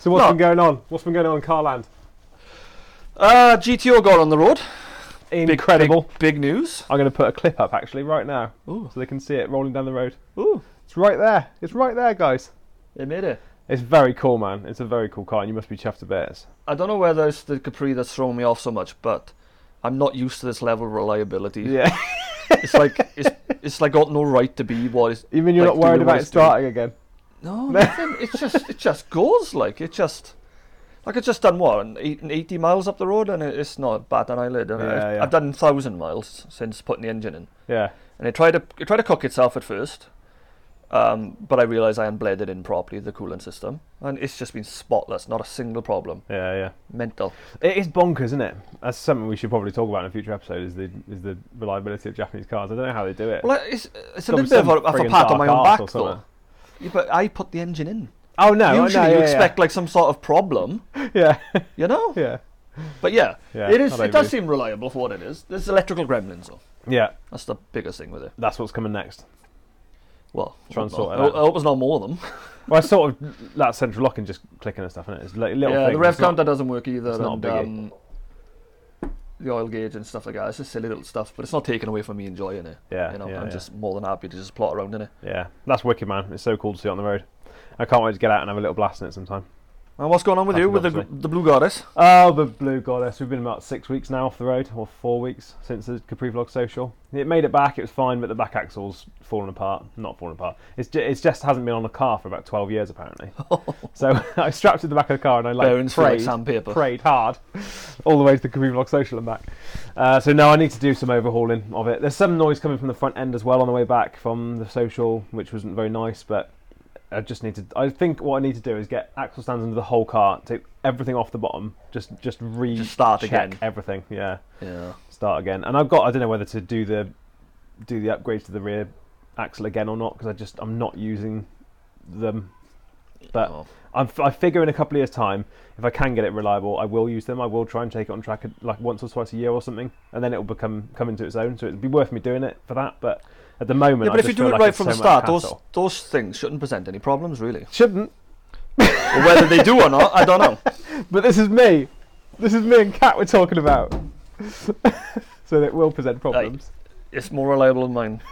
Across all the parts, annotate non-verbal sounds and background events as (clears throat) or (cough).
So what's No. been going on? What's been going on in Carland? Uh, GTO got on the road. Big- Incredible. Big, big news. I'm going to put a clip up actually right now Ooh. so they can see it rolling down the road. Ooh. It's right there. It's right there, guys. They made it. It's very cool, man. It's a very cool car, and you must be chuffed to bits. I don't know whether it's the Capri that's thrown me off so much, but I'm not used to this level of reliability. Yeah. It's like (laughs) it's it's like got no right to be what is (laughs) you mean you're Like not worried doing what about it it's doing. starting again? (laughs) No, nothing. it's just it just goes like it just like it's just done what an eight, an 80 miles up the road and it- it's not bad an eyelid. and Yeah, I've, yeah. I've done thousand miles since putting the engine in, Yeah. and it tried to it tried to cook itself at first, um, but I realised I hadn't bled it in properly the coolant system, and it's just been spotless, not a single problem. Yeah, yeah. Mental. It is bonkers, isn't it? That's something we should probably talk about in a future episode. Is the is the reliability of Japanese cars? I don't know how they do it. Well, it's it's a Gotta little be bit of a, some of a friggin' pat on my own dark arse or back though. something. Yeah, but I put the engine in. oh no! I know, Usually yeah, you yeah. expect like some sort of problem, (laughs) Yeah, (laughs) you know? yeah, But yeah, Yeah, it is. I It does agree. seem reliable for what it is. There's electrical gremlins though. yeah. That's the biggest thing with it. That's what's coming next. Well, Try and I hope sort not. it I, out. I hope it's not more of them. Well, it's sort of that central locking, just clicking and stuff, isn't it? It's like little yeah, things. the rev It's not- counter doesn't work either. it's not and, a biggie. um, the oil gauge and stuff like that. It's just silly little stuff, but it's not taken away from me enjoying it. Yeah, you know, yeah, I'm yeah. just more than happy to just plot around in it. Yeah, that's wicked, man. It's so cool to see it on the road. I can't wait to get out and have a little blast in it sometime. And what's going on with I you with forgot the, to the blue goddess? Oh, the Blue Goddess. We've been about six weeks now off the road, or four weeks since the Capri Vlog Social. It made it back, it was fine, but the back axle's fallen apart. Not fallen apart. It's ju- it's just hasn't been on the car for about 12 years, (laughs) apparently. so I strapped it to the back of the car and I like Bearings feel like prayed, (laughs) sandpaper. prayed hard all the way to the Capri Vlog Social and back. Uh, so now I need to do some overhauling of it. There's some noise coming from the front end as well on the way back from the social, which wasn't very nice, but I just need to. I think what I need to do is get axle stands under the whole car, take everything off the bottom, just just re Just start check again. everything. Yeah, Yeah. start again. And I've got. I don't know whether to do the do the upgrades to the rear axle again or not because I just I'm not using them. But Oh. I'm, I figure in a couple of years' time, if I can get it reliable, I will use them. I will try and take it on track like once or twice a year or something, and then it will become come into its own. So it'd be worth me doing it for that. But at the moment, Yeah, I but if you just do feel it like right it's from so the much start, those hassle. those things shouldn't present any problems, really. shouldn't Or whether they do or not, I (laughs) don't know. But this is me. This is me and Kat we're talking about. (laughs) so that will present problems. It's more reliable than mine.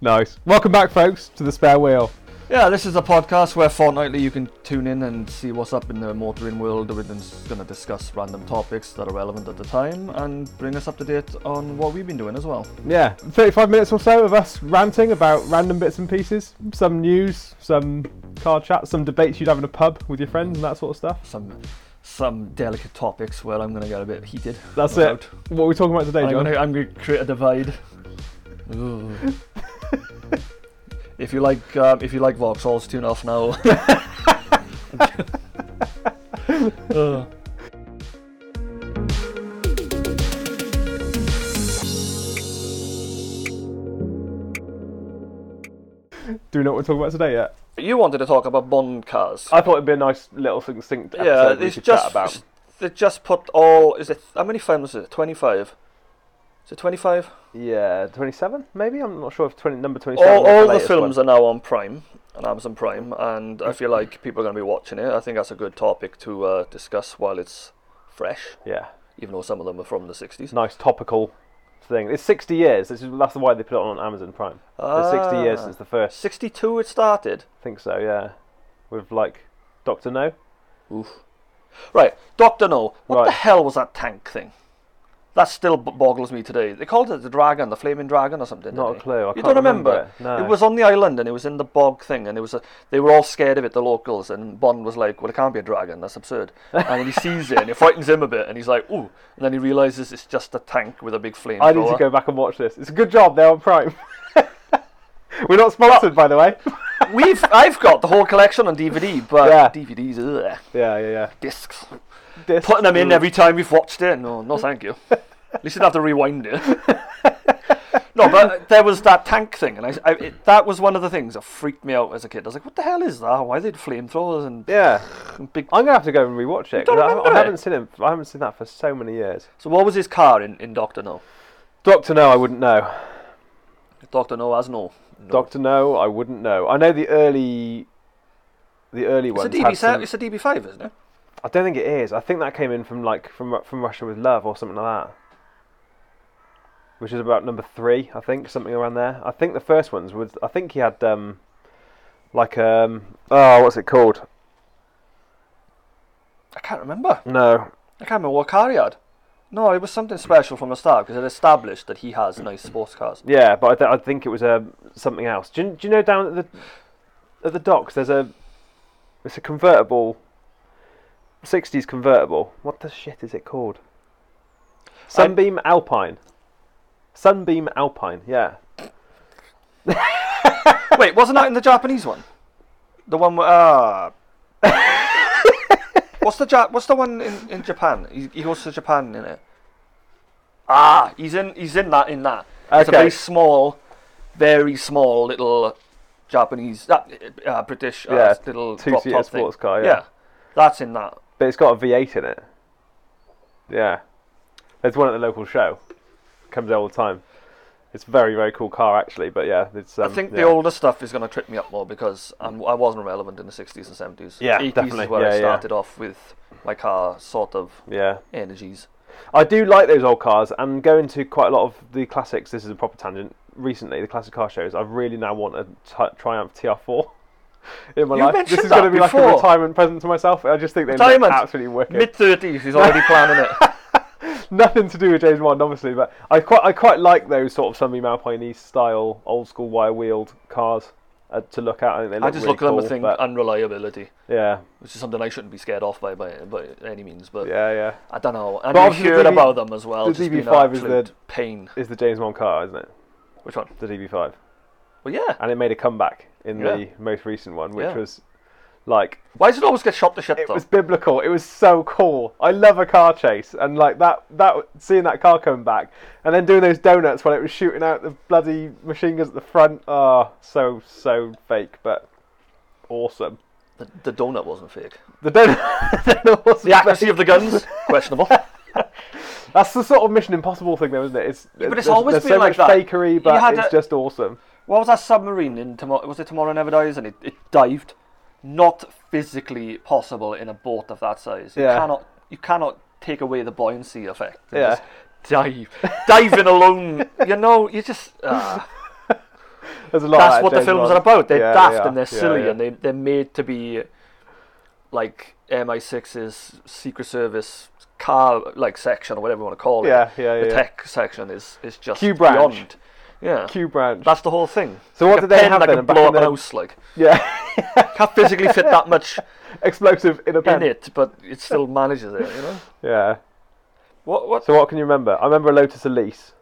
Nice. Welcome back, folks, to the spare wheel. Yeah, this is a podcast where fortnightly you can tune in and see what's up in the motoring world. We're going to discuss random topics that are relevant at the time and bring us up to date on what we've been doing as well. Yeah, 35 minutes or so of us ranting about random bits and pieces, some news, some car chat, some debates you'd have in a pub with your friends and that sort of stuff. Some some delicate topics where I'm going to get a bit heated. That's no it. doubt. What are we talking about today, I'm John? going to I'm gonna create a divide. (laughs) Ooh. if you like um, if you like Vauxhalls, tune off now. (laughs) (laughs) Uh. Do we know what we're talking about today yet? You wanted to talk about Bond cars. I thought it'd be a nice little succinct episode yeah, we it's could just chat about. it's- they just put all. Is it how many films is it? Twenty five. Is it twenty five? Yeah, 27 maybe? I'm not sure if 20, number 27 All, was all the latest one. films are now on Prime on Amazon Prime, and I feel like people are going to be watching it. I think that's a good topic to uh, discuss while it's fresh, Yeah. even though some of them are from the sixties. nice topical thing. It's 60 years. This is, that's why they put it on Amazon Prime. it's 60 years Ah. since the first. Sixty two it started. I think so, yeah. With like Doctor No. Oof. Right, Doctor No. What the Right. hell was that tank thing? That still b- boggles me today. They called it the dragon, the flaming dragon, or something. Not didn't a they? clue. I you can't don't remember? remember it. No. was on the island, and it was in the bog thing, and it was a, they were all scared of it, the locals. And Bond was like, "Well, it can't be a dragon. That's absurd." And then he sees it, and it frightens him a bit, and he's like, "Ooh!" And then he realizes it's just a tank with a big flame. I need to go back and watch this. It's a good job they're on Prime. (laughs) We're not sponsored, by the way. (laughs) We've I've got the whole collection on DVD, but Yeah. DVDs, ugh, yeah, yeah, discs. yeah. This- putting them in every time we've watched it. No, no, thank you. At least you'd have to rewind it. no, but there was that tank thing, and I, I it, that was one of the things that freaked me out as a kid. I was like, "What the hell is that? Why they flamethrowers and, Yeah, and big?" I'm gonna have to go and rewatch it. don't 'cause I, remember I it? haven't seen it. I haven't seen that for so many years. So, what was his car in, in Doctor No? Doctor No, I wouldn't know. Doctor No has no. no. Doctor No, I wouldn't know. I know the early the early It's a ones. had DB some- it's a DB5, isn't it? I don't think it is. I think that came in from like from Ru- from Russia with Love or something like that, which is about number three, I think, something around there. I think the first ones was I think he had um, like um, oh, what's it called? I can't remember. No, I can't remember what car he had. No, it was something special from the start because it established that he has nice sports cars. yeah, but I, th- I think it was um, something else. Do you, do you know down at the at the docks? There's a it's a convertible, '60s convertible. What the shit is it called? Sunbeam Alpine. Sunbeam Alpine. Yeah. Wait, wasn't that in the Japanese one? The one where. Uh... what's the ja- What's the one in, in Japan? He, he goes to Japan in it. Ah, he's in. He's in that. In that. It's a Okay. very small, very small little Japanese, uh, uh, British, uh, Yeah, little drop two-seater top thing. sports car, yeah. that's in that. But it's got a V8 in it. Yeah. There's one at the local show. Comes out all the time. It's a very, very cool car, actually. But yeah, it's. Um, I think yeah. the older stuff is going to trip me up more because I'm, I wasn't relevant in the 60s and 70s. Yeah, 80s definitely. is where Yeah, I yeah. started off with my car sort of Yeah. energies. I do like those old cars and going to quite a lot of the classics. This is a proper tangent. Recently, the classic car shows, I really now want a Tri- Triumph TR4 (laughs) in my You life. This mentioned is going to that be like a before. retirement present to myself. I just think they look Retirement. absolutely wicked. Mid 30s, he's already planning (laughs) it. nothing to do with James Bond, obviously, but I quite I quite like those sort of Sunbeam Alpine style old school wire wheeled cars uh, to look at. I think they look I just really look at them cool, and think uh, but- unreliability, yeah, which is something I shouldn't be scared off by by, by any means. But yeah, yeah. I don't know. And But you obviously the heard DB about them as well. the just being DB5 is absolute the- pain. Is the James Bond car, isn't it? Which one? The DB5, Well, yeah. and it made a comeback in the Yeah. most recent one, which Yeah. was like Why does it always get shot to shit it though? was biblical. It was so cool. I love a car chase, and like that that seeing that car come back, and then doing those donuts when it was shooting out the bloody machine guns at the front. Ah, so so fake, but awesome. The, the donut wasn't fake. The donut, (laughs) the donut was The accuracy of the guns (laughs) questionable. That's the sort of Mission Impossible thing, though, isn't it? It's, but it's there's- always there's been so like much that. fakery, You but had it's a- just awesome. What was that submarine in tomorrow? Was it Tomorrow Never Dies? And it, it dived. Not physically possible in a boat of that size. You Yeah. cannot. You cannot take away the buoyancy effect. You Yeah. Just dive. Diving alone. You know. You just. (laughs) ah. There's a lot. that's of that what the James films Bond. are about. They're Yeah, daft they are. and they're Yeah, silly yeah. and they they're made to be like MI6's Secret Service car like section or whatever you want to call it. Yeah, yeah, The yeah. tech section is is just Q branch. beyond. Yeah. Q branch. That's the whole thing. So Like what a did they pen have that then Can back blow in up an the- house like. (laughs) yeah, Can't physically fit that (laughs) much explosive in a pen. in it, but it still manages it. You know. Yeah. What? What? So what can you remember? I remember Lotus Elise.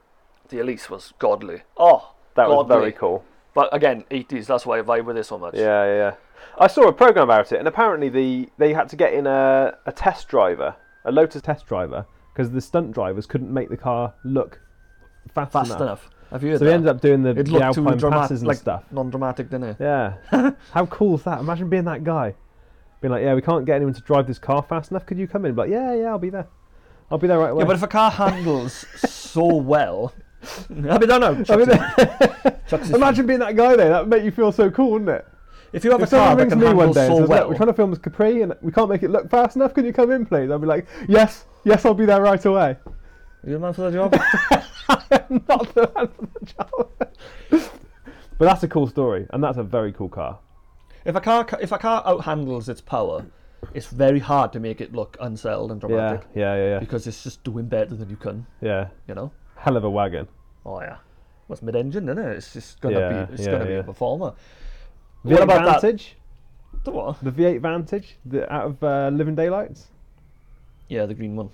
The Elise was godly. Oh. That was godly. very cool. But again, 80s. That's why I vibe with it so much. Yeah, yeah. yeah. I saw a program about it, and apparently the they had to get in a, a test driver, a Lotus test driver, because the stunt drivers couldn't make the car look fast, Fast enough. enough. Have you heard So that? they ended up doing the, It the looked too Alpine dramatic, passes and like stuff. non-dramatic, didn't it? Yeah. (laughs) How cool is that? Imagine being that guy. Being like, yeah, we can't get anyone to drive this car fast enough. Could you come in? But yeah, yeah, I'll be there. I'll be there right away. Yeah, but if a car handles so well, I mean, I don't know. I mean, (laughs) Chuck's is- imagine being that guy though. That would make you feel so cool, wouldn't it? if you have If a car someone that rings can me one handle day and so says, "Look, well, we're trying to film this Capri and we can't make it look fast enough. Can you come in, please? I'll be like, yes, yes, I'll be there right away. (laughs) are you the man for the (laughs) job? Not the man for the job. but that's a cool story, and that's a very cool car. if a car ca- if a car outhandles its power, it's very hard to make it look unsettled and Yeah, dramatic yeah, yeah, yeah. because it's just doing better than you can. yeah. You know? Hell of a wagon. Oh yeah. What's mid-engine, isn't it? It's just gonna Yeah, be it's yeah, gonna be yeah. a performer. V8 What about that- Vantage? The what? The V8 Vantage, the, out of uh, Living Daylights. Yeah, the green one.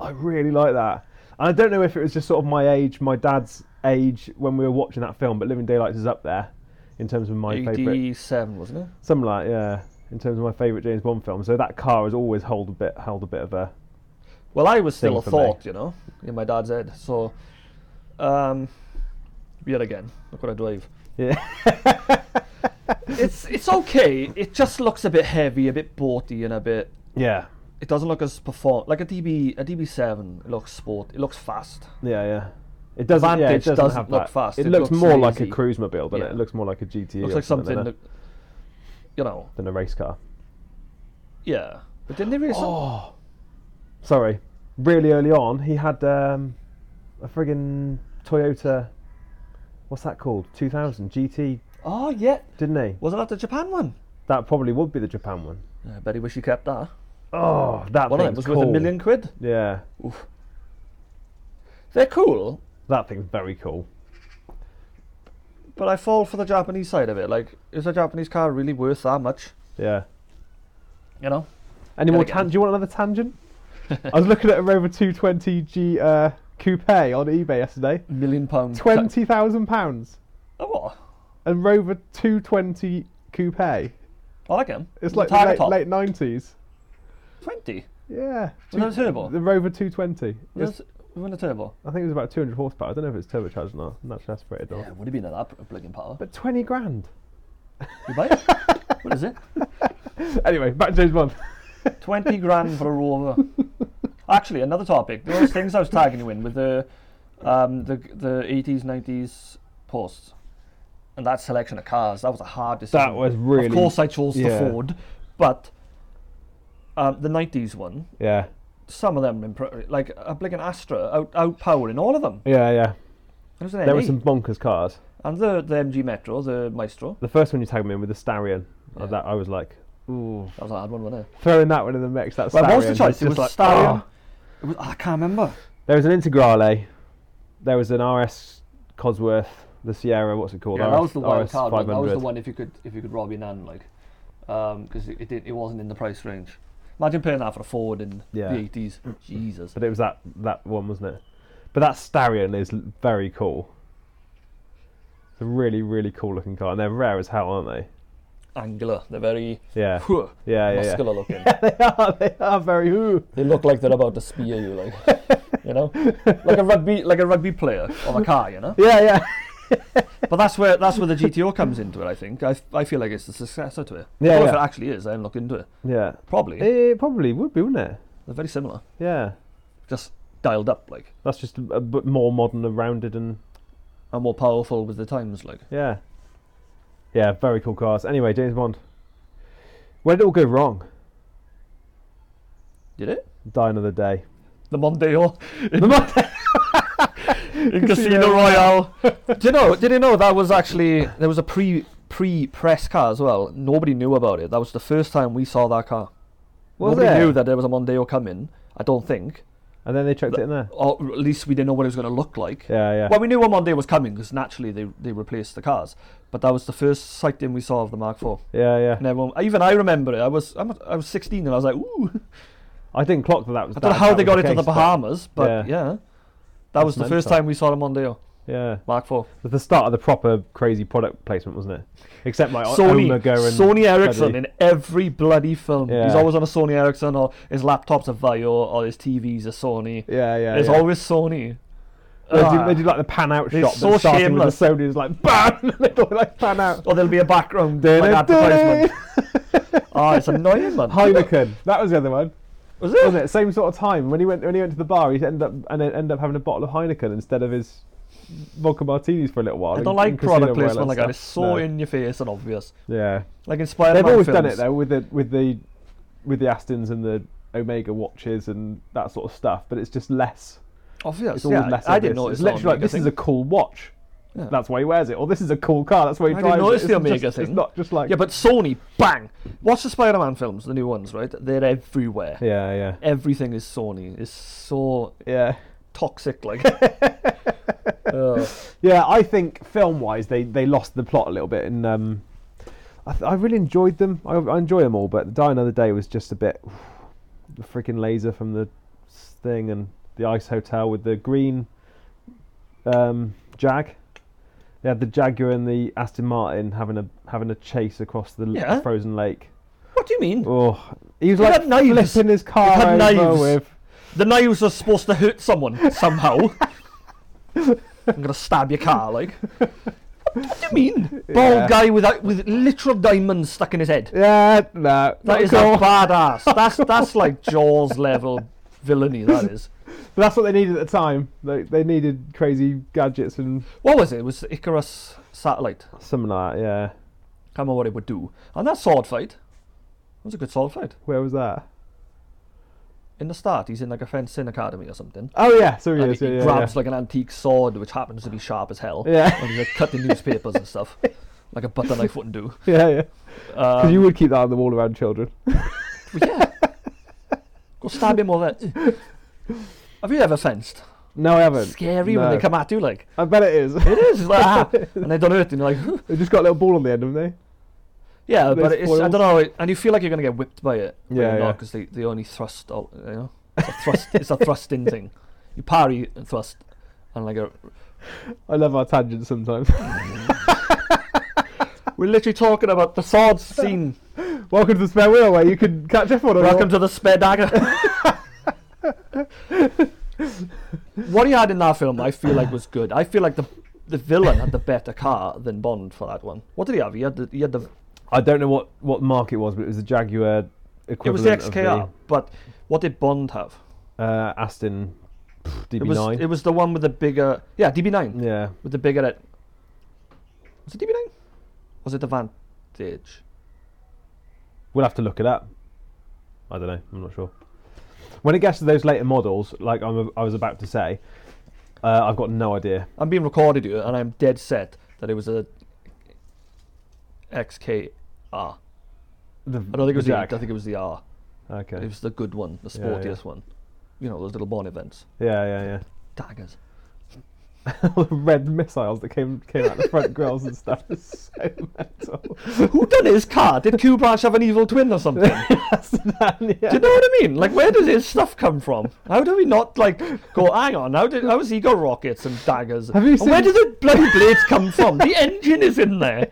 I really like that. And I don't know if it was just sort of my age, my dad's age when we were watching that film, but Living Daylights is up there in terms of my favourite. Eighty-seven, wasn't it? Something like yeah, in terms of my favourite James Bond film. So that car has always held a bit, held a bit of a. Well, I was still thing for a me. thought, you know, in my dad's head. So, um, yet again, look what I drive. Yeah, (laughs) It's it's okay. It just looks a bit heavy, a bit boaty, and a bit. yeah, It doesn't look as perform like a DB a DB seven. It looks sport. It looks fast. yeah, yeah. It doesn't. yeah, it Vantage doesn't, doesn't have look that. fast, It, it looks, looks more like a lazy. cruise mobile, doesn't Yeah. it? It looks more like a GT. It looks like something. That, you know, than a race car. yeah. But didn't they race? them? Oh, sorry. Really early on, he had um, a friggin' Toyota. What's that called? 2000 GT, oh yeah. didn't he? Wasn't that the Japan one? That probably would be the Japan one. I bet he wish he kept that. Oh, that One thing's of them was cool. worth a million quid. Yeah, They're cool, that thing's very cool. but I fall for the Japanese side of it. Like, is a Japanese car really worth that much? Yeah. You know? Any more again- tan- Do you want another (laughs) tangent? I was looking at a Rover 220G uh, coupe on eBay yesterday. Million pounds. Twenty thousand pounds. Oh, what? And Rover 220 coupe. It's I like him. like Tiger the top. late nineties. 20. Yeah. Was that a turbo? The Rover 220. It's- Was the turbo? I think it was about 200 horsepower. I don't know if it's turbocharged or not. Naturally aspirated or. Yeah, it would have been at that bl- blinking power. But 20 grand. (laughs) You buy it? what is it? Anyway, back to James Bond. (laughs) 20 grand for a Rover. Actually, another topic. Those things I was tagging you in with the um, the, the 80s, 90s posts. And that selection of cars, that was a hard decision. That was really- Of course, I chose yeah. the Ford, but um, the 90s one, yeah. some of them, impre- like a blinking Astra, out, outpowering all of them. Yeah, yeah. It was an There were NE. some bonkers cars. And the, the MG Metro, the Maestro. The first one you tagged me in with the Starion. uh, Yeah. That I was like, ooh. That was a hard one, wasn't it? Throwing that one in the mix. That Well, Starion. what was the choice? It was just like, "Ah." oh. It was, I can't remember. There was an Integrale. There was an RS Cosworth. The Sierra. What's it called? Yeah, RS, that was the wild RS card one. That was the 500. one if you could if you could rob your nan like, because it it, did, it wasn't in the price range. Imagine paying that for a Ford in Yeah. the eighties. Jesus. But it was that that one, wasn't it? But that Starion is l- very cool. It's a really really cool looking car, and they're rare as hell, aren't they? Angular. They're very (laughs) Yeah, huh, yeah, yeah. yeah. muscular looking. they are. (laughs) They are very. Ooh. They look like they're about to spear you, like you know, like a rugby like a rugby player of a car, you know. (laughs) Yeah, yeah, But that's where that's where the GTO comes into it. I think I, I feel like it's the successor to it. Yeah, Or if yeah. it actually is, I haven't looked into it. yeah. Probably It probably would be, wouldn't it? they're very similar, Yeah, just dialed up like that's just a bit more modern and rounded, and and more powerful with the times, like. yeah, yeah. Very cool cars. Anyway, James Bond. Where did it all go wrong? Did it? Die another day. The Mondeo The Mon- (laughs) (laughs) in Casino Royale. (laughs) Do you know? Did you know that was actually there was a pre pre press car as well. Nobody knew about it. That was the first time we saw that car. Was Nobody there? knew that there was a Mondeo coming. I don't think, and then they chucked it in there. or at least we didn't know what it was going to look like. Yeah, yeah. Well, we knew a Mondeo was coming because naturally they they replaced the cars. But that was the first sighting we saw of the Mark IV. yeah, yeah. And everyone, even I remember it. I was I'm, I was 16 and I was like, ooh. I didn't clock that that was. I don't know that- how that they was got the it to case, the but- Bahamas, but yeah. yeah, that was the mental. first time we saw a Mondeo Yeah. uh, Mark IV. But the start of the proper crazy product placement, wasn't it? Except like Sony, Omega and Sony Ericsson bloody- in every bloody film. He's Yeah. always on a Sony Ericsson, or his laptop's a Vaio, or his TV's a Sony. yeah, yeah. It's yeah. always Sony. they, Ah. do, they do like the pan out They're shot, so but starting shameless. with the Sony is like bam, (laughs) and they do like pan out. Or Oh, there'll be a background like advertisement. (laughs) oh, it's annoying, man. Heineken, that was the other one, Was it? wasn't it? Same sort of time when he went when he went to the bar, he ended up and then ended up having a bottle of Heineken instead of his vodka martinis for a little while. I in- don't like in Casino product Royale and placement like that. stuff. It's so No. in your face and obvious. Yeah, Like in Spider-Man they've always films. done it though with the with the with the Astons and the Omega watches and that sort of stuff, but it's just less. Obvious. It's always yeah, less. I obvious. didn't know It's it's literally like this is a cool watch. Yeah. That's why he wears it, or this is a cool car. That's why he I drives didn't it. notice the It's Omega just- thing. It's not just like Yeah, but Sony, bang! Watch the Spider-Man films, the new ones, right? They're everywhere. yeah, yeah, Everything is Sony. It's so yeah, toxic. (laughs) Like, Oh. yeah. I think film-wise, they they lost the plot a little bit, and um, I, th- I really enjoyed them. I, I enjoy them all, but Die Another Day was just a bit the freaking laser from the s- thing and the ice hotel with the green um, jag. They had the Jaguar and the Aston Martin having a having a chase across the l- Yeah. frozen lake. what do you mean? Oh, he was We've like had knives. flipping his car We've had over knives. with. The knives are supposed to hurt someone somehow. I'm gonna stab your car, like. What do you mean? Bald Yeah. guy without with literal diamonds stuck in his head. Yeah, no, That not is cool. like badass. That's that's (laughs) like Jaws level villainy. That is. But that's what they needed at the time. They they needed crazy gadgets and What was it? It was Icarus satellite. something like that. Yeah, Can't remember what it would do. And that sword fight. It was a good sword fight. Where was that? In the start, he's in like a fencing academy or something. Oh yeah, so And he is. he, Yeah, he yeah, grabs yeah. like an antique sword, which happens to be sharp as hell. Yeah. (laughs) And he's like cutting newspapers and stuff, like a butter knife wouldn't do. yeah, yeah. 'Cause Um, you would keep that on the wall around children. but yeah. Go stab him (laughs) or that. Have you ever fenced? No, I haven't. Scary when they No. come at you, (laughs) like I bet it is. it is. It's like ah, and they don't hurt, and you're like, They've just got a little ball on the end, haven't they? yeah, Those but it's, I foils. don't know, it- and you feel like you're gonna get whipped by it. but Yeah, you're yeah. because they, they only thrust out. You know, it's a thrust. it's a (laughs) thrusting thing. You parry and thrust, and like a I love our tangents sometimes. We're literally talking about the sword scene. (laughs) Welcome to the spare wheel where you can catch up on it. Welcome to the spare (laughs) dagger. what he had in that film, I feel like was good. I feel like the the villain had the better car than Bond for that one. What did he have? He had the, he had the I don't know what what mark it was, but it was the Jaguar equivalent. it was the of XKR, but what did Bond have? the, uh, Aston pff, It was DB9. it was the one with the bigger yeah DB9 yeah, with the bigger head. was it DB9? Was it the Vantage? we'll have to look it up. I don't know. I'm not sure. When it gets to those later models, like I'm, I was about to say, uh, I've got no idea. I'm being recorded here, and I'm dead set that it was a XKR. The, I don't think it was the Jag. Act, I think it was the R. It Okay. was the good one, the Yeah, yeah. sportiest one. You know, those little Bond events. Yeah, yeah, (laughs) Daggers. yeah. All the red missiles that came came out the front (laughs) grills and stuff. It's so mental. (laughs) Who done his car? Did Q Branch have an evil twin or something? Do yeah. you know what I mean? Like, where does his stuff come from? How do we not, like, go, hang on, how, did, how has he got rockets and daggers? Have you and where do seen- the bloody blades come from? The engine is (laughs) in there.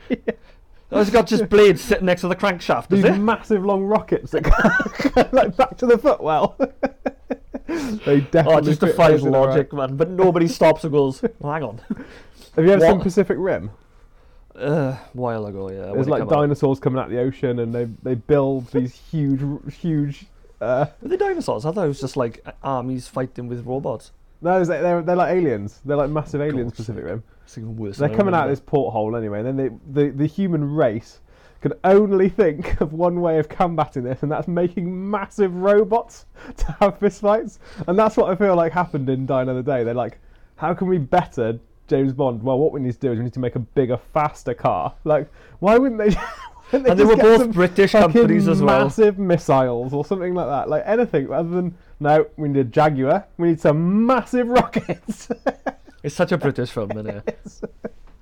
Oh, it's got just blades sitting next to the crankshaft, is These it? massive long rockets that (laughs) go like back to the footwell. (laughs) they definitely Oh, it just fit defies those in a row. logic, man. But nobody stops and goes, "Oh, hang (laughs) on. Have you ever seen What? Pacific Rim? Uh, while ago, yeah. when There's it like come out. dinosaurs coming out of the ocean, and they they build these huge, huge. Uh, Were they dinosaurs? I thought it was just like armies fighting with robots. no, they're, they're they're like aliens. They're like massive aliens. God's Pacific Rim. It's even worse. They're than I coming out of remember. this porthole anyway, and then they, the the human race can only think (laughs) of one way of combating this, and that's making massive robots (laughs) to have fistfights. And that's what I feel like happened in Die Another Day. They're like, how can we better James Bond? Well, what we need to do is we need to make a bigger, faster car. Like, why wouldn't they? (laughs) why wouldn't And they just were get both some British fucking companies as well. Massive missiles or something like that. Like anything rather than no, we need a Jaguar. We need some massive (laughs) rockets. It's such a British film, (laughs) isn't it? so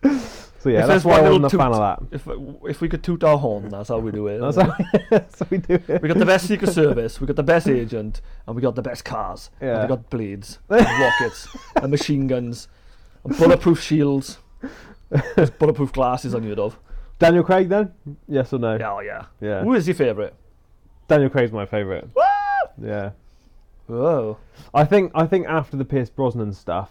yeah, If that's there's why one I'm little not a fan of toot- that. If if we could toot our horn, that's how we do it. That's innit? how, (laughs) that's how we do it. we got the best secret service, we got the best agent, and we got the best cars. And Yeah. we got (laughs) blades, and rockets, and machine guns, and bulletproof shields. There's bulletproof glasses unheard of. Daniel Craig then? Yes or no? Yeah, oh yeah. Yeah. Who is your favourite? Daniel Craig's my favourite. Yeah. Whoa. I think I think after the Pierce Brosnan stuff,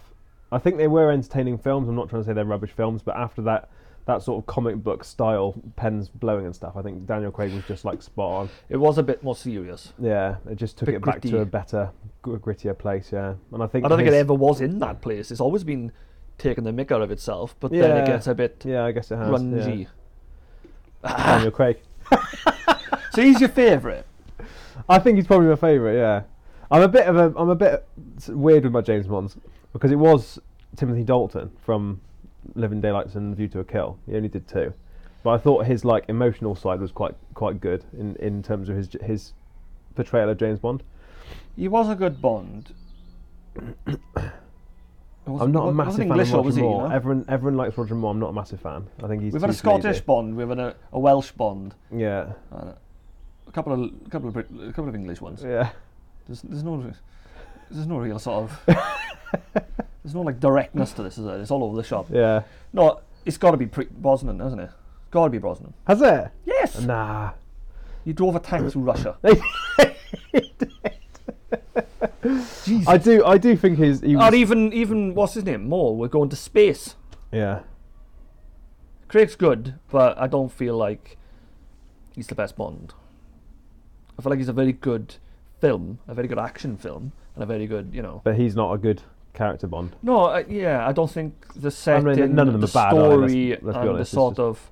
I think they were entertaining films. I'm not trying to say they're rubbish films, but after that that sort of comic book style pens blowing and stuff, I think Daniel Craig was just like spot on. It was a bit more serious. Yeah, it just took Bit it back gritty. to a better, gr- grittier place. Yeah, and I think I don't think it his- ever was in that place. It's always been taking the mick out of itself, but then Yeah. it gets a bit Yeah, I guess it has. grungy. yeah. Ah. Daniel Craig. So he's your favourite. I think he's probably my favourite. Yeah, I'm a bit of a I'm a bit weird with my James Bonds because it was Timothy Dalton from Living Daylights and View to a Kill. He only did two, but I thought his like emotional side was quite quite good in, in terms of his his portrayal of James Bond. He was a (coughs) good Bond. I'm not a massive fan of Roger Moore. no? Everyone everyone likes Roger Moore. I'm not a massive fan. I think he's We've had a too sleazy. Scottish Bond. We've had a, a Welsh Bond. Yeah, and a couple of a couple of Brit, a couple of English ones. yeah. There's, there's no there's no real sort of (laughs) there's no like directness to this, is it? It's all over the shop. Yeah, No, it's got to be pre- Brosnan, hasn't it? Got to be Brosnan. has it? Yes. Nah. You drove a tank (laughs) through Russia. Jesus. I do I do think he's he was, Or even even what's his name? Moore. We're going to space. yeah. Craig's good, but I don't feel like he's the best Bond. I feel like he's a very good film, a very good action film, and a very good, you know. But he's not a good character Bond. No, uh, yeah, I don't think the I mean, setting, none of them the are bad, are they? Let's- story, let's be and honest, it's the sort just- of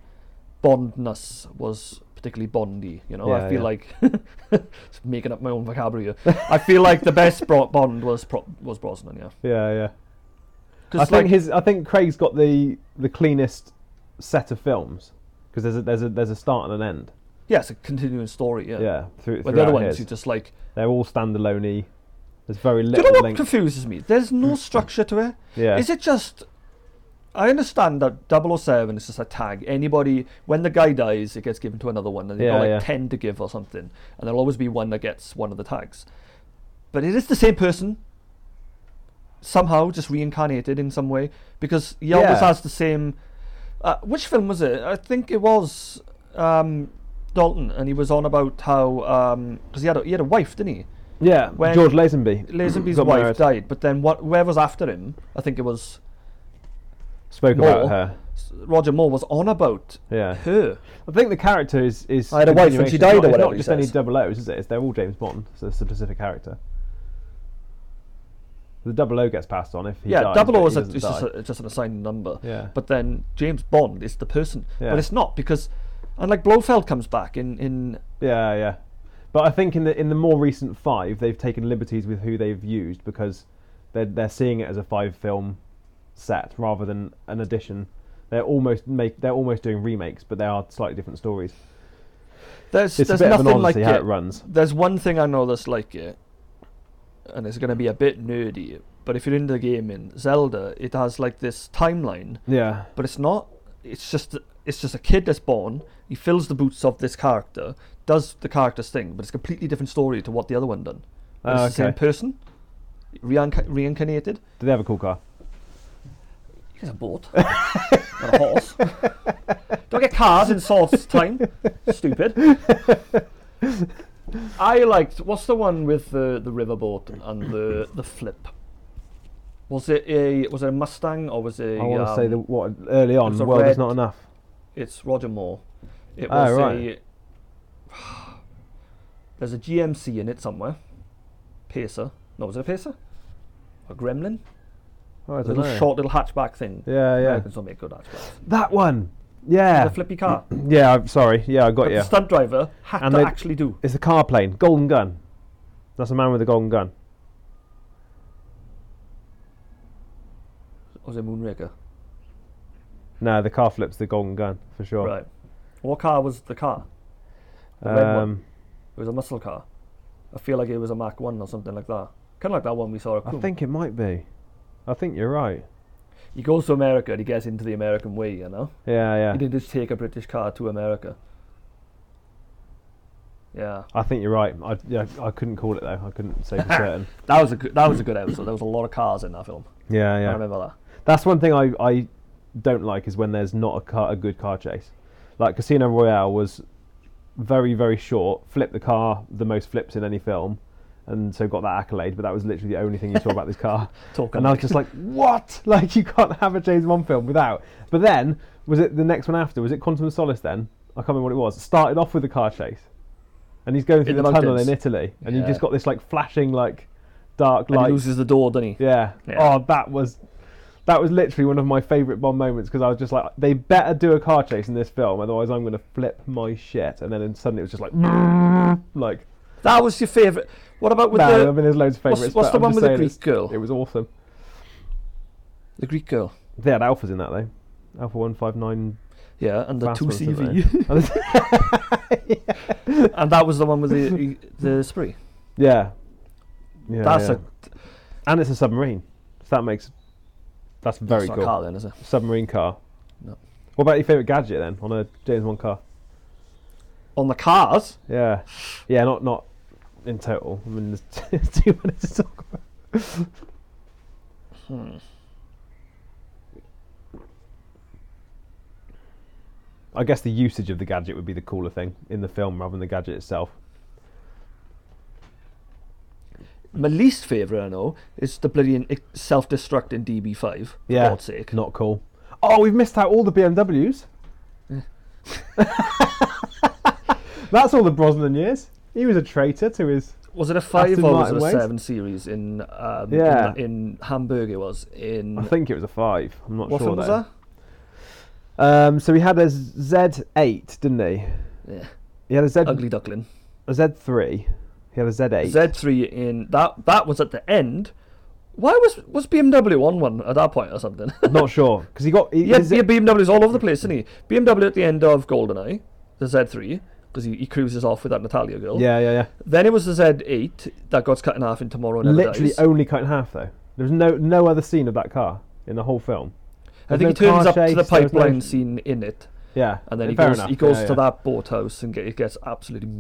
Bondness was particularly Bondy. You know, Yeah, I feel yeah. like (laughs) just making up my own vocabulary. here. I feel like the best bro- Bond was pro- was Brosnan. Yeah, Yeah, yeah. I because think his. I think Craig's got the the cleanest set of films because there's a, there's a there's a start and an end. yeah, it's a continuing story. Yeah, Yeah, through, But the other throughout ones, his. you just like. They're all standalone. There's very Do you little know what link. Hmm. confuses me? There's no structure to it. yeah, Is it just? I understand that 007 is just a tag. Anybody, when the guy dies, it gets given to another one, and they've got Yeah, yeah. like 10 to give or something, and there'll always be one that gets one of the tags. But it is the same person, somehow just reincarnated in some way, because he always Yeah. has the same. Uh, which film was it? I think it was um, Dalton, and he was on about how because he had a, he had a wife, didn't he? yeah. when- George Lazenby. Lazenby's got wife married, died, but then what? Where was after him? I think it was Spoke Moore. about her. Roger Moore was on about Yeah, her. I think the character is is. I had a wife and continuation. she died It's or not, it's whatever not he just says. any double O's, is it? It's, they're all James Bond. So it's a specific character. The double O gets passed on if he yeah, dies, double O but is, he a, doesn't is just, die. a, it's just an assigned number. Yeah. But then James Bond is the person. Yeah. But it's not because, and like Blofeld comes back in in Yeah, yeah. But I think in the in the more recent five, they've taken liberties with who they've used because they're they're seeing it as a five film set rather than an addition. They're almost make they're almost doing remakes, but they are slightly different stories. there's It's there's a bit of nothing an like odyssey how it. it runs. There's one thing I know that's like it, and it's gonna be a bit nerdy. But if you're into gaming, Zelda, it has like this timeline, Yeah, but it's not. It's just it's just a kid that's born. He fills the boots of this character, does the character's thing, but it's a completely different story to what the other one done. But Ah, it's the same okay. person, reinc- reincarnated. do they have a cool car? You get a (laughs) boat. and a horse. (laughs) Don't get cars in Sword's time. Stupid. I liked. What's the one with the the riverboat and the the flip? Was it a was it a Mustang or was it? I want to um, say the what early on was a world is red- not enough. It's Roger Moore. It Oh, was right. a. (sighs) There's a GMC in it somewhere. Pacer. No, was it a Pacer? A Gremlin? Oh, I A don't little know. short little hatchback thing. Yeah, yeah. Americans don't make good hatchbacks. That one. Yeah. The flippy car. Yeah. I'm sorry. (clears throat) Yeah, I got But you. the stunt driver had And to they- actually do. It's the car plane, golden gun. That's a man with a golden gun. Was it Moonraker? No, the car flips the golden gun for sure. Right. What car was the car? The red one. Um, It was a muscle car. I feel like it was a Mac 1 or something like that. Kind of like that one we saw at I Coombe. think it might be. I think you're right. He goes to America and he gets into the American way, you know? Yeah, He yeah. didn't just take a British car to America. Yeah. I think you're right. I, yeah, I couldn't call it though. I couldn't (laughs) say for certain. That was a good, that was a good episode. There was a lot of cars in that film. Yeah, I yeah. remember that. That's one thing I, I don't like is when there's not a car a good car chase. Like Casino Royale was very very short. Flip the car, the most flips in any film, and so got that accolade. But that was literally the only thing you saw about this (laughs) car. Talking And I was just like, what? (laughs) Like, you can't have a James Bond film without. But then, was it the next one after? Was it Quantum of Solace then? I can't remember what it was. It started off with a car chase. And he's going through In the the, tunnel mountains. in Italy. And Yeah. you've just got this, like, flashing, like, dark and he light. loses the door, doesn't he? Yeah. Yeah. Oh, that was. That was literally one of my favourite Bond moments because I was just like, they better do a car chase in this film, otherwise I'm going to flip my shit. And then suddenly it was just like, (laughs) like, That was your favourite. What about with no, the, I mean, there's loads of what's- favourites. what's but I'm the one just with the saying Greek it's- girl? It was awesome. the Greek girl? They had alphas in that though. Alpha one five nine. Yeah, and the Fast two ones, didn't (laughs) CV, (laughs) and that was the one with (laughs) the the spree. Yeah. Yeah. That's yeah. a and it's a submarine. So that makes that's very that's not cool. a car then, is it? Submarine car. No. What about your favourite gadget then on a James One car? On the cars, Yeah. Yeah. Not not in total. I mean, there's (laughs) two minutes to talk about. Hmm. I guess the usage of the gadget would be the cooler thing in the film rather than the gadget itself. my least favourite I know is the bloody self destruct in DB5. for Yeah. God's sake. Not cool. Oh, we've missed out all the BMWs. (laughs) That's all the Brosnan years. He was a traitor to his. Was it a five Aston or was Martin it a ways? seven series in um, Yeah. in, in Hamburg? It was in I think it was a five. I'm not Mm. what sure. film was though. that? Um, so he had a Z8, didn't he? Yeah. He had a Z (laughs) Ugly duckling. a Z3. He had a Z8. Z3 in that that was at the end. Why was was BMW on one at that point or something? (laughs) Not sure because he got he, yeah, his- yeah, BMW's all over the place, isn't he? BMW at the end of Goldeneye, the Z3, because he, he cruises off with that Natalia girl. yeah, yeah, yeah. Then it was the Z8 that got cut in half in Tomorrow Never Literally Dies. only cut in half though. There was no no other scene of that car in the whole film. I no think he turns car up to the chase, there was no- pipeline scene in it, Yeah, and then he fair goes, enough. he goes Yeah, to yeah. that boathouse and get, it gets absolutely.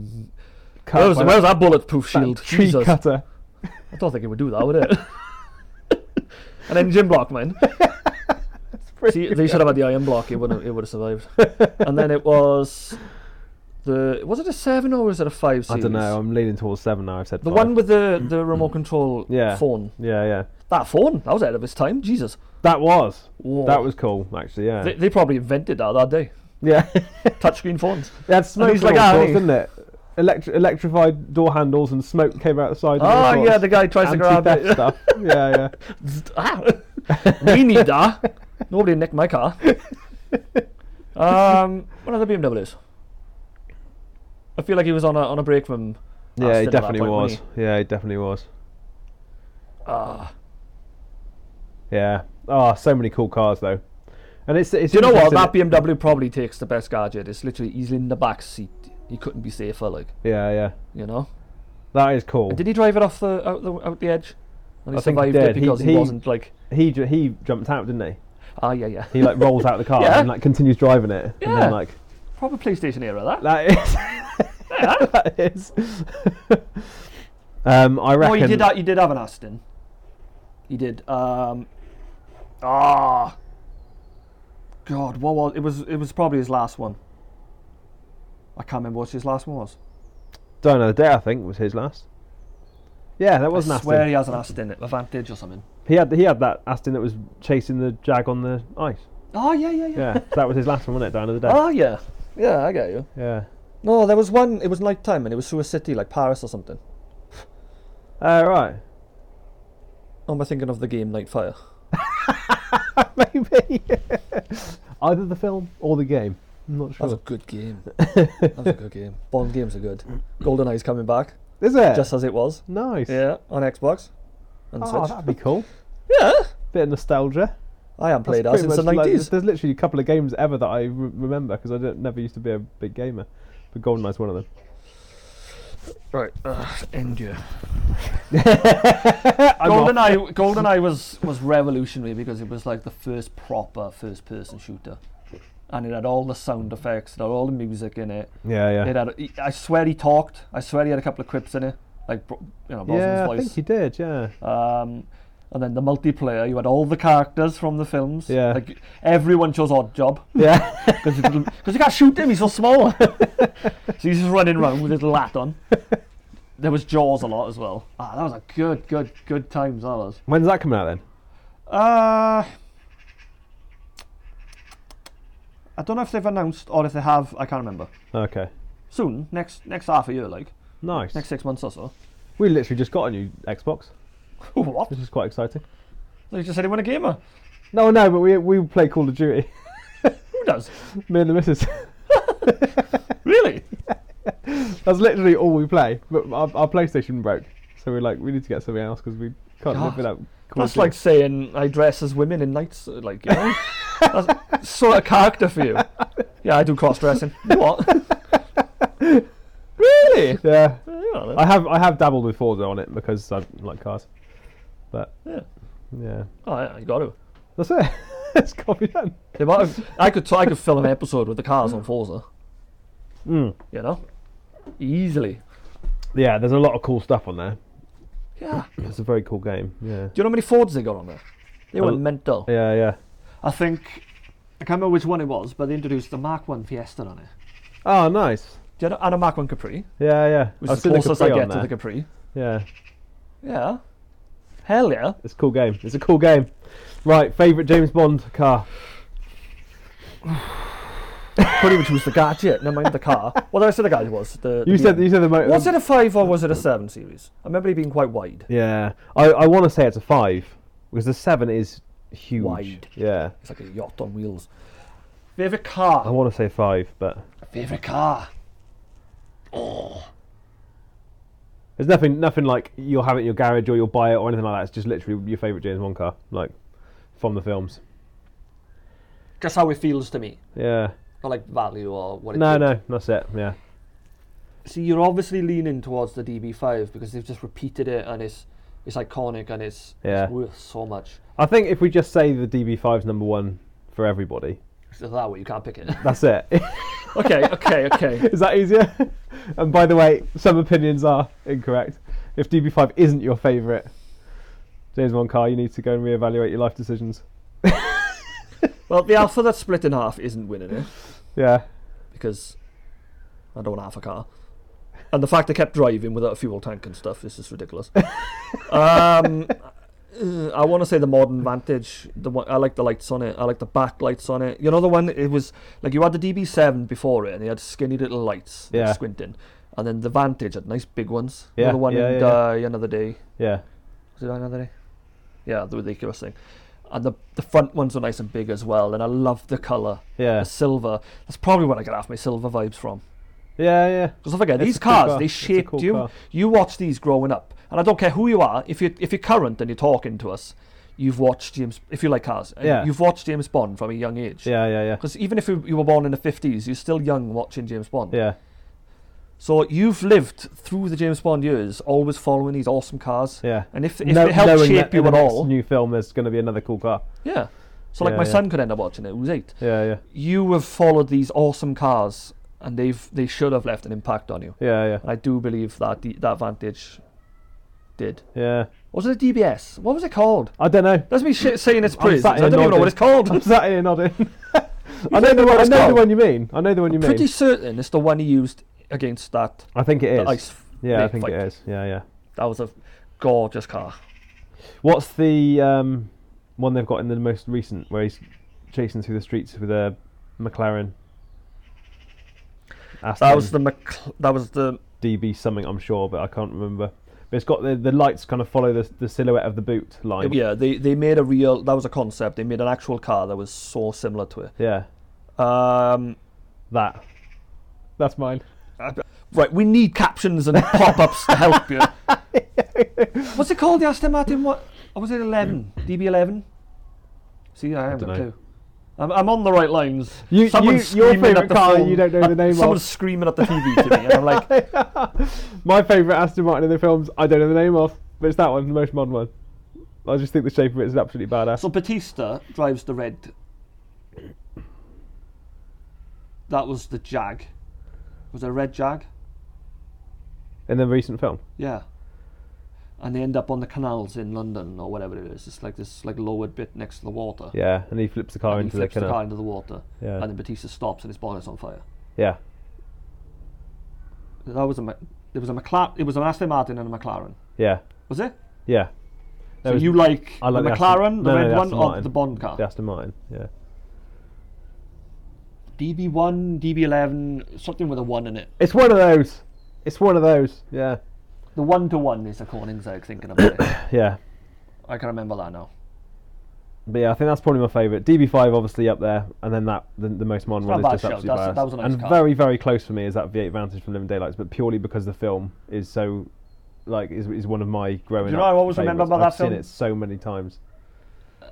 Cut Where's, by where's that bulletproof that shield? (laughs) tree Jesus. cutter. I don't think it would do that, would it? (laughs) and then Jim (laughs) Blockman. See, they should have had the iron block. It would have. It would have (laughs) survived. and then it was the. Was it a seven or was it a five? I Series? don't know. I'm leaning towards seven now. I've said The five. Mm, one with the the remote control Yeah. phone. Yeah, yeah. That phone. That was ahead of its time. Jesus. That was Whoa. that was cool actually. Yeah, They, they probably invented that that day. yeah. (laughs) Touchscreen phones. They had smoke he's and all like, "Ah, sorts, hey." didn't it? Electri- electrified door handles and smoke came out the side. and all Oh sorts. yeah, the guy tries to grab Anti-theft it. (laughs) stuff. Yeah, yeah. Ah. we need that. Nobody nicked my car. Um, what other BMWs? I feel like he was on a on a break from. Yeah, Aston he at that definitely point, was. wasn't Yeah, he definitely was. he? Ah. Yeah. Oh, so many cool cars though. And it's it's Do you know what? interesting- That BMW probably takes the best gadget. It's literally he's in the back seat. He couldn't be safer, like Yeah, yeah. you know. That is cool. Did he drive it off the out the, out the edge? And he I think he survived it did. He- because he, he- wasn't like He ju- he jumped out, didn't he? ah yeah yeah. He like rolls out the car (laughs) Yeah. and like continues driving it, and Yeah. then like Proper PlayStation era that. that is (laughs) that is. um, I Oh, reckon. you did that. You did have an Aston. You did. Um, ah, God, what was it? Was it was probably his last one. I can't remember what his last one was. Don't know the day I think was his last. Yeah, that was I an Aston. swear he has an Aston, a Vantage or something. He had he had that Aston that was chasing the Jag on the ice. Oh yeah, yeah, yeah. (laughs) Yeah, that was his last one, wasn't it? Down of the day. Ah yeah, yeah. I get you. Yeah. No, there was one. It was night time and it was through a city like Paris or something. Uh, right. Oh, am I thinking of the game Nightfire? (laughs) Maybe. Either the film or the game. I'm not That was a sure. good game. (laughs) that was a (laughs) good game. Bond games are good. GoldenEye's coming back, Is it? just as it was. nice. Yeah, on Xbox. And Oh, Switch. that'd be cool. Yeah. Bit of nostalgia. I haven't played that That's pretty since the much like- nineties. there's literally a couple of games ever that I re- remember because I don't, never used to be a big gamer. But GoldenEye's one of them. Right, uh, end you. I'm off. (laughs) GoldenEye, GoldenEye was was revolutionary because it was like the first proper first person shooter, and it had all the sound effects, it had all the music in it. Yeah, yeah. It had, I swear he talked. I swear he had a couple of quips in it, like bro- you know Brosnan's yeah, I think voice. he did. Yeah, um, and then the multiplayer, you had all the characters from the films. Yeah. like everyone chose Odd Job. (laughs) yeah. Because you can't shoot him, he's so small. (laughs) so he's just running around with his lat on. There was Jaws a lot as well. Ah, that was a good, good, good times, that was. (laughs) When's that coming out then? Uh, I don't know if they've announced or if they have, I can't remember. Okay, Soon, next next half a year, like. nice. Next six months or so. (laughs) We literally just got a new Xbox, what? which is quite exciting. They just said he won a gamer. No, no, but we we play Call of Duty. (laughs) Who does? Me and the missus. Really? That's literally all we play. But our, our PlayStation broke, so we're like, we need to get something else because we can't God. live without. Call of That's like Duty. saying I dress as women in nights, uh, like, you know? That's sort of character for you. Yeah, I do cross dressing. What? (laughs) really? yeah. Yeah, I have I have dabbled with Forza on it because I like cars, but yeah. yeah, Oh, yeah, you got to. that's it. (laughs) it's coffee done. They might have, I could t- I could film an episode with the cars on Forza. Mm. You know, easily. Yeah, there's a lot of cool stuff on there. Yeah. Do It's a very cool game. Yeah. you know how many Fords they got on there? They were Oh. mental. Yeah, yeah. I think I can't remember which one it was, but they introduced the Mark One Fiesta on it. Oh, nice. Do you know, and a Mark One Capri, Yeah, yeah. which I've is the seen the closest I Capri get on to the there. Capri. Yeah, Yeah. Hell yeah. it's a cool game. It's a cool game. Right, favorite James Bond car. Couldn't even choose the gadget. Never mind the car. What did I say the gadget was? The, You the said um, BMW. you said the motor. Was it a five or was it a seven series? I remember it being quite wide. Yeah, I, I want to say it's a five because the seven is huge. Wide. Yeah, It's like a yacht on wheels. Favorite I car. want to say five, but Favorite car. Oh, there's nothing nothing like you'll have it in your garage or you'll buy it or anything like that. It's just literally your favourite James Bond car, like from the films. Just how it feels to me. Yeah. Not like value or what it No, did. no, that's it. Yeah. See, you're obviously leaning towards the DB5 because they've just repeated it and it's it's iconic and it's, Yeah. it's worth so much. I think if we just say the DB5's number one for everybody, So that way you can't pick it. that's it. (laughs) Okay, okay, (laughs) okay. Is that easier? (laughs) and by the way, some opinions are incorrect. If DB5 isn't your favourite James Bond car, you need to go and reevaluate your life decisions. Well, the Alpha that's split in half isn't winning it Yeah. because I don't want half a car. And the fact they kept driving without a fuel tank and stuff is just (laughs) ridiculous. um, uh, I want to say the modern Vantage. The one, I like the lights on it. I like the back lights on it. You know the one it was like you had the DB7 before it, and they had skinny little lights, like Yeah. squinting. And then the Vantage had nice big ones. Yeah, the one yeah, in yeah, yeah. Uh, another day. Yeah. Was it another day? Yeah, the ridiculous thing. And the the front ones were nice and big as well. And I love the colour, Yeah. the silver. That's probably where I get half my silver vibes from. Yeah, yeah. Because don't forget, It's these a cool cars car. they It's a shaped cool you. car. You watch these growing up, and I don't care who you are. If you if you're current and you're talking to us, you've watched James. If you like cars, and Yeah. you've watched James Bond from a young age. Yeah, yeah, yeah. Because even if you you were born in the fifties, you're still young watching James Bond. Yeah. So you've lived through the James Bond years, always following these awesome cars. Yeah. And if, if they help knowing that shape in you the at next all, new film there's going to be another cool car. yeah. So like Yeah, my yeah. son could end up watching it. Who's eight? Yeah, yeah. You have followed these awesome cars, and they've they should have left an impact on you. Yeah, yeah. And I do believe that the, that Vantage did. Yeah. Was it a DBS? What was it called? I don't know. (laughs) That's me shit saying it's I'm prison. sat I here don't even know nodding. what it's called. (laughs) I'm sat here nodding. I know don't the know one. what I it's know the called? one you mean. I know the one you Pretty mean. certain it's the one he used against that I think it the is. ice. f- yeah, I mate think fight. it is. Yeah, yeah. That was a gorgeous car. What's the um, one they've got in the most recent where he's chasing through the streets with a McLaren? Aston That was the Mc- that was the DB something, I'm sure, but I can't remember. But it's got the, the lights kind of follow the, the silhouette of the boot line. yeah. They they made a real that was a concept. They made an actual car that was so similar to Yeah, it. Um, that. That's mine. right, we need captions and pop ups to (laughs) help you. What's it called? The Aston Martin? What? oh, Or was it eleven? DB eleven? See, I haven't dunno. a clue. I'm, I'm on the right lines. You- Someone's you- your screaming at favourite the car phone. you don't know (laughs) Uh, the name of. Someone's screaming at the TV to me, and I'm like, (laughs) My favourite Aston Martin in the films, I don't know the name of, but it's that one, the most modern one. I just think the shape of it is absolutely badass. So Batista drives the red. That was the Jag. Was it a red Jag? In the recent film. Yeah. And they end up on the canals in London or whatever it is. It's like this like lowered bit next to the water. Yeah, and he flips the car And he into the flips the, canal. car into the water. Yeah. And then Batista stops and his bonnet's on fire. Yeah. That was a Ma- it was a McLaren. It was an Aston Martin and a McLaren. Yeah. Was it? Yeah. That So was you like, I like the the Aston- McLaren, the no, no, red the one, Aston or Martin. the Bond car? the Aston Martin. Yeah. DB1, DB11, something with a one in it. It's one of those. It's one of those. Yeah. The one to one is the Cornings I was thinking about. it. (coughs) Yeah. I can remember that now. But yeah, I think that's probably my favourite. DB5 obviously up there, and then that the, the most modern not one a is bad just shout. absolutely That's- badass. that was a nice and car. very very close for me is that V8 Vantage from Living Daylights, but purely because the film is so like is, is one of my growing. Do you know up I always remember favourites. about I've that seen film? it so many times.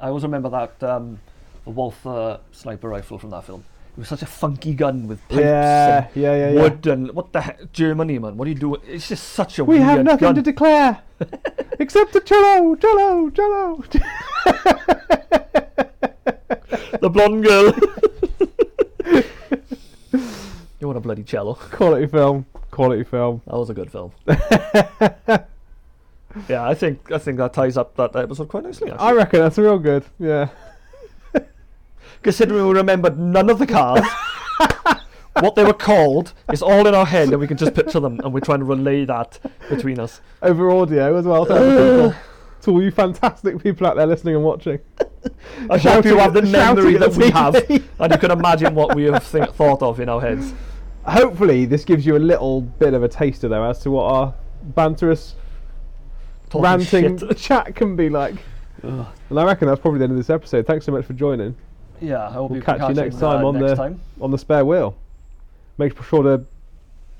I always remember that um, the Walther sniper rifle from that film. It was such a funky gun with pipes Yeah, and yeah, yeah, yeah. wood and what the heck, Germany man? What are you doing? It's just such a We weird have nothing gun. to (laughs) declare except the cello, cello, cello. (laughs) the blonde (laughs) girl. you want a bloody cello? quality film, quality film. That was a good (laughs) film. yeah, I think I think that ties up that episode quite nicely. Actually. I reckon that's real good. Yeah. Considering we remembered none of the (laughs) cars, what they were called, it's all in our head, and we can just picture them, and we're trying to relay that between us. Over audio as well. To, other people. (laughs) to all you fantastic people out there listening and watching. I hope you have the memory that we have, have. and you can imagine what we have think, thought of in our heads. Hopefully, this gives you a little bit of a taster, though, as to what our banterous, Talking ranting (laughs) shit. chat can be like. And I reckon that's probably the end of this episode. Thanks so much for joining. Yeah, I hope We'll you can catch you catch next him, time uh, on next the- time. on the spare wheel. Make sure to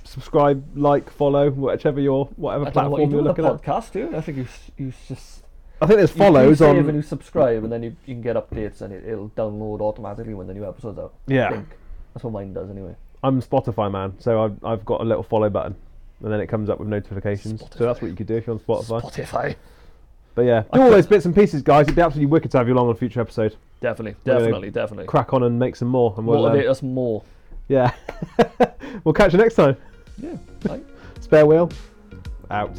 subscribe, like, follow, whichever your whatever I don't know what you platform do you're with the looking at. podcast too. I think you s- you s- just I think there's you do follows save on. and you subscribe, and then you, you can get updates, and it, it'll download automatically when the new episode's out. I yeah, think that's what mine does anyway. I'm Spotify man, so I've, I've got a little follow button, and then it comes up with notifications. So that's what you could do if you're on Spotify. Spotify. but yeah, do all those bits and pieces, guys. It'd be absolutely wicked to have you along on a future episode. Definitely, We're gonna definitely, definitely. Crack on and make some more, and we'll um, Motivate us more. yeah, (laughs) we'll catch you next time. Yeah. Like. Spare wheel, out.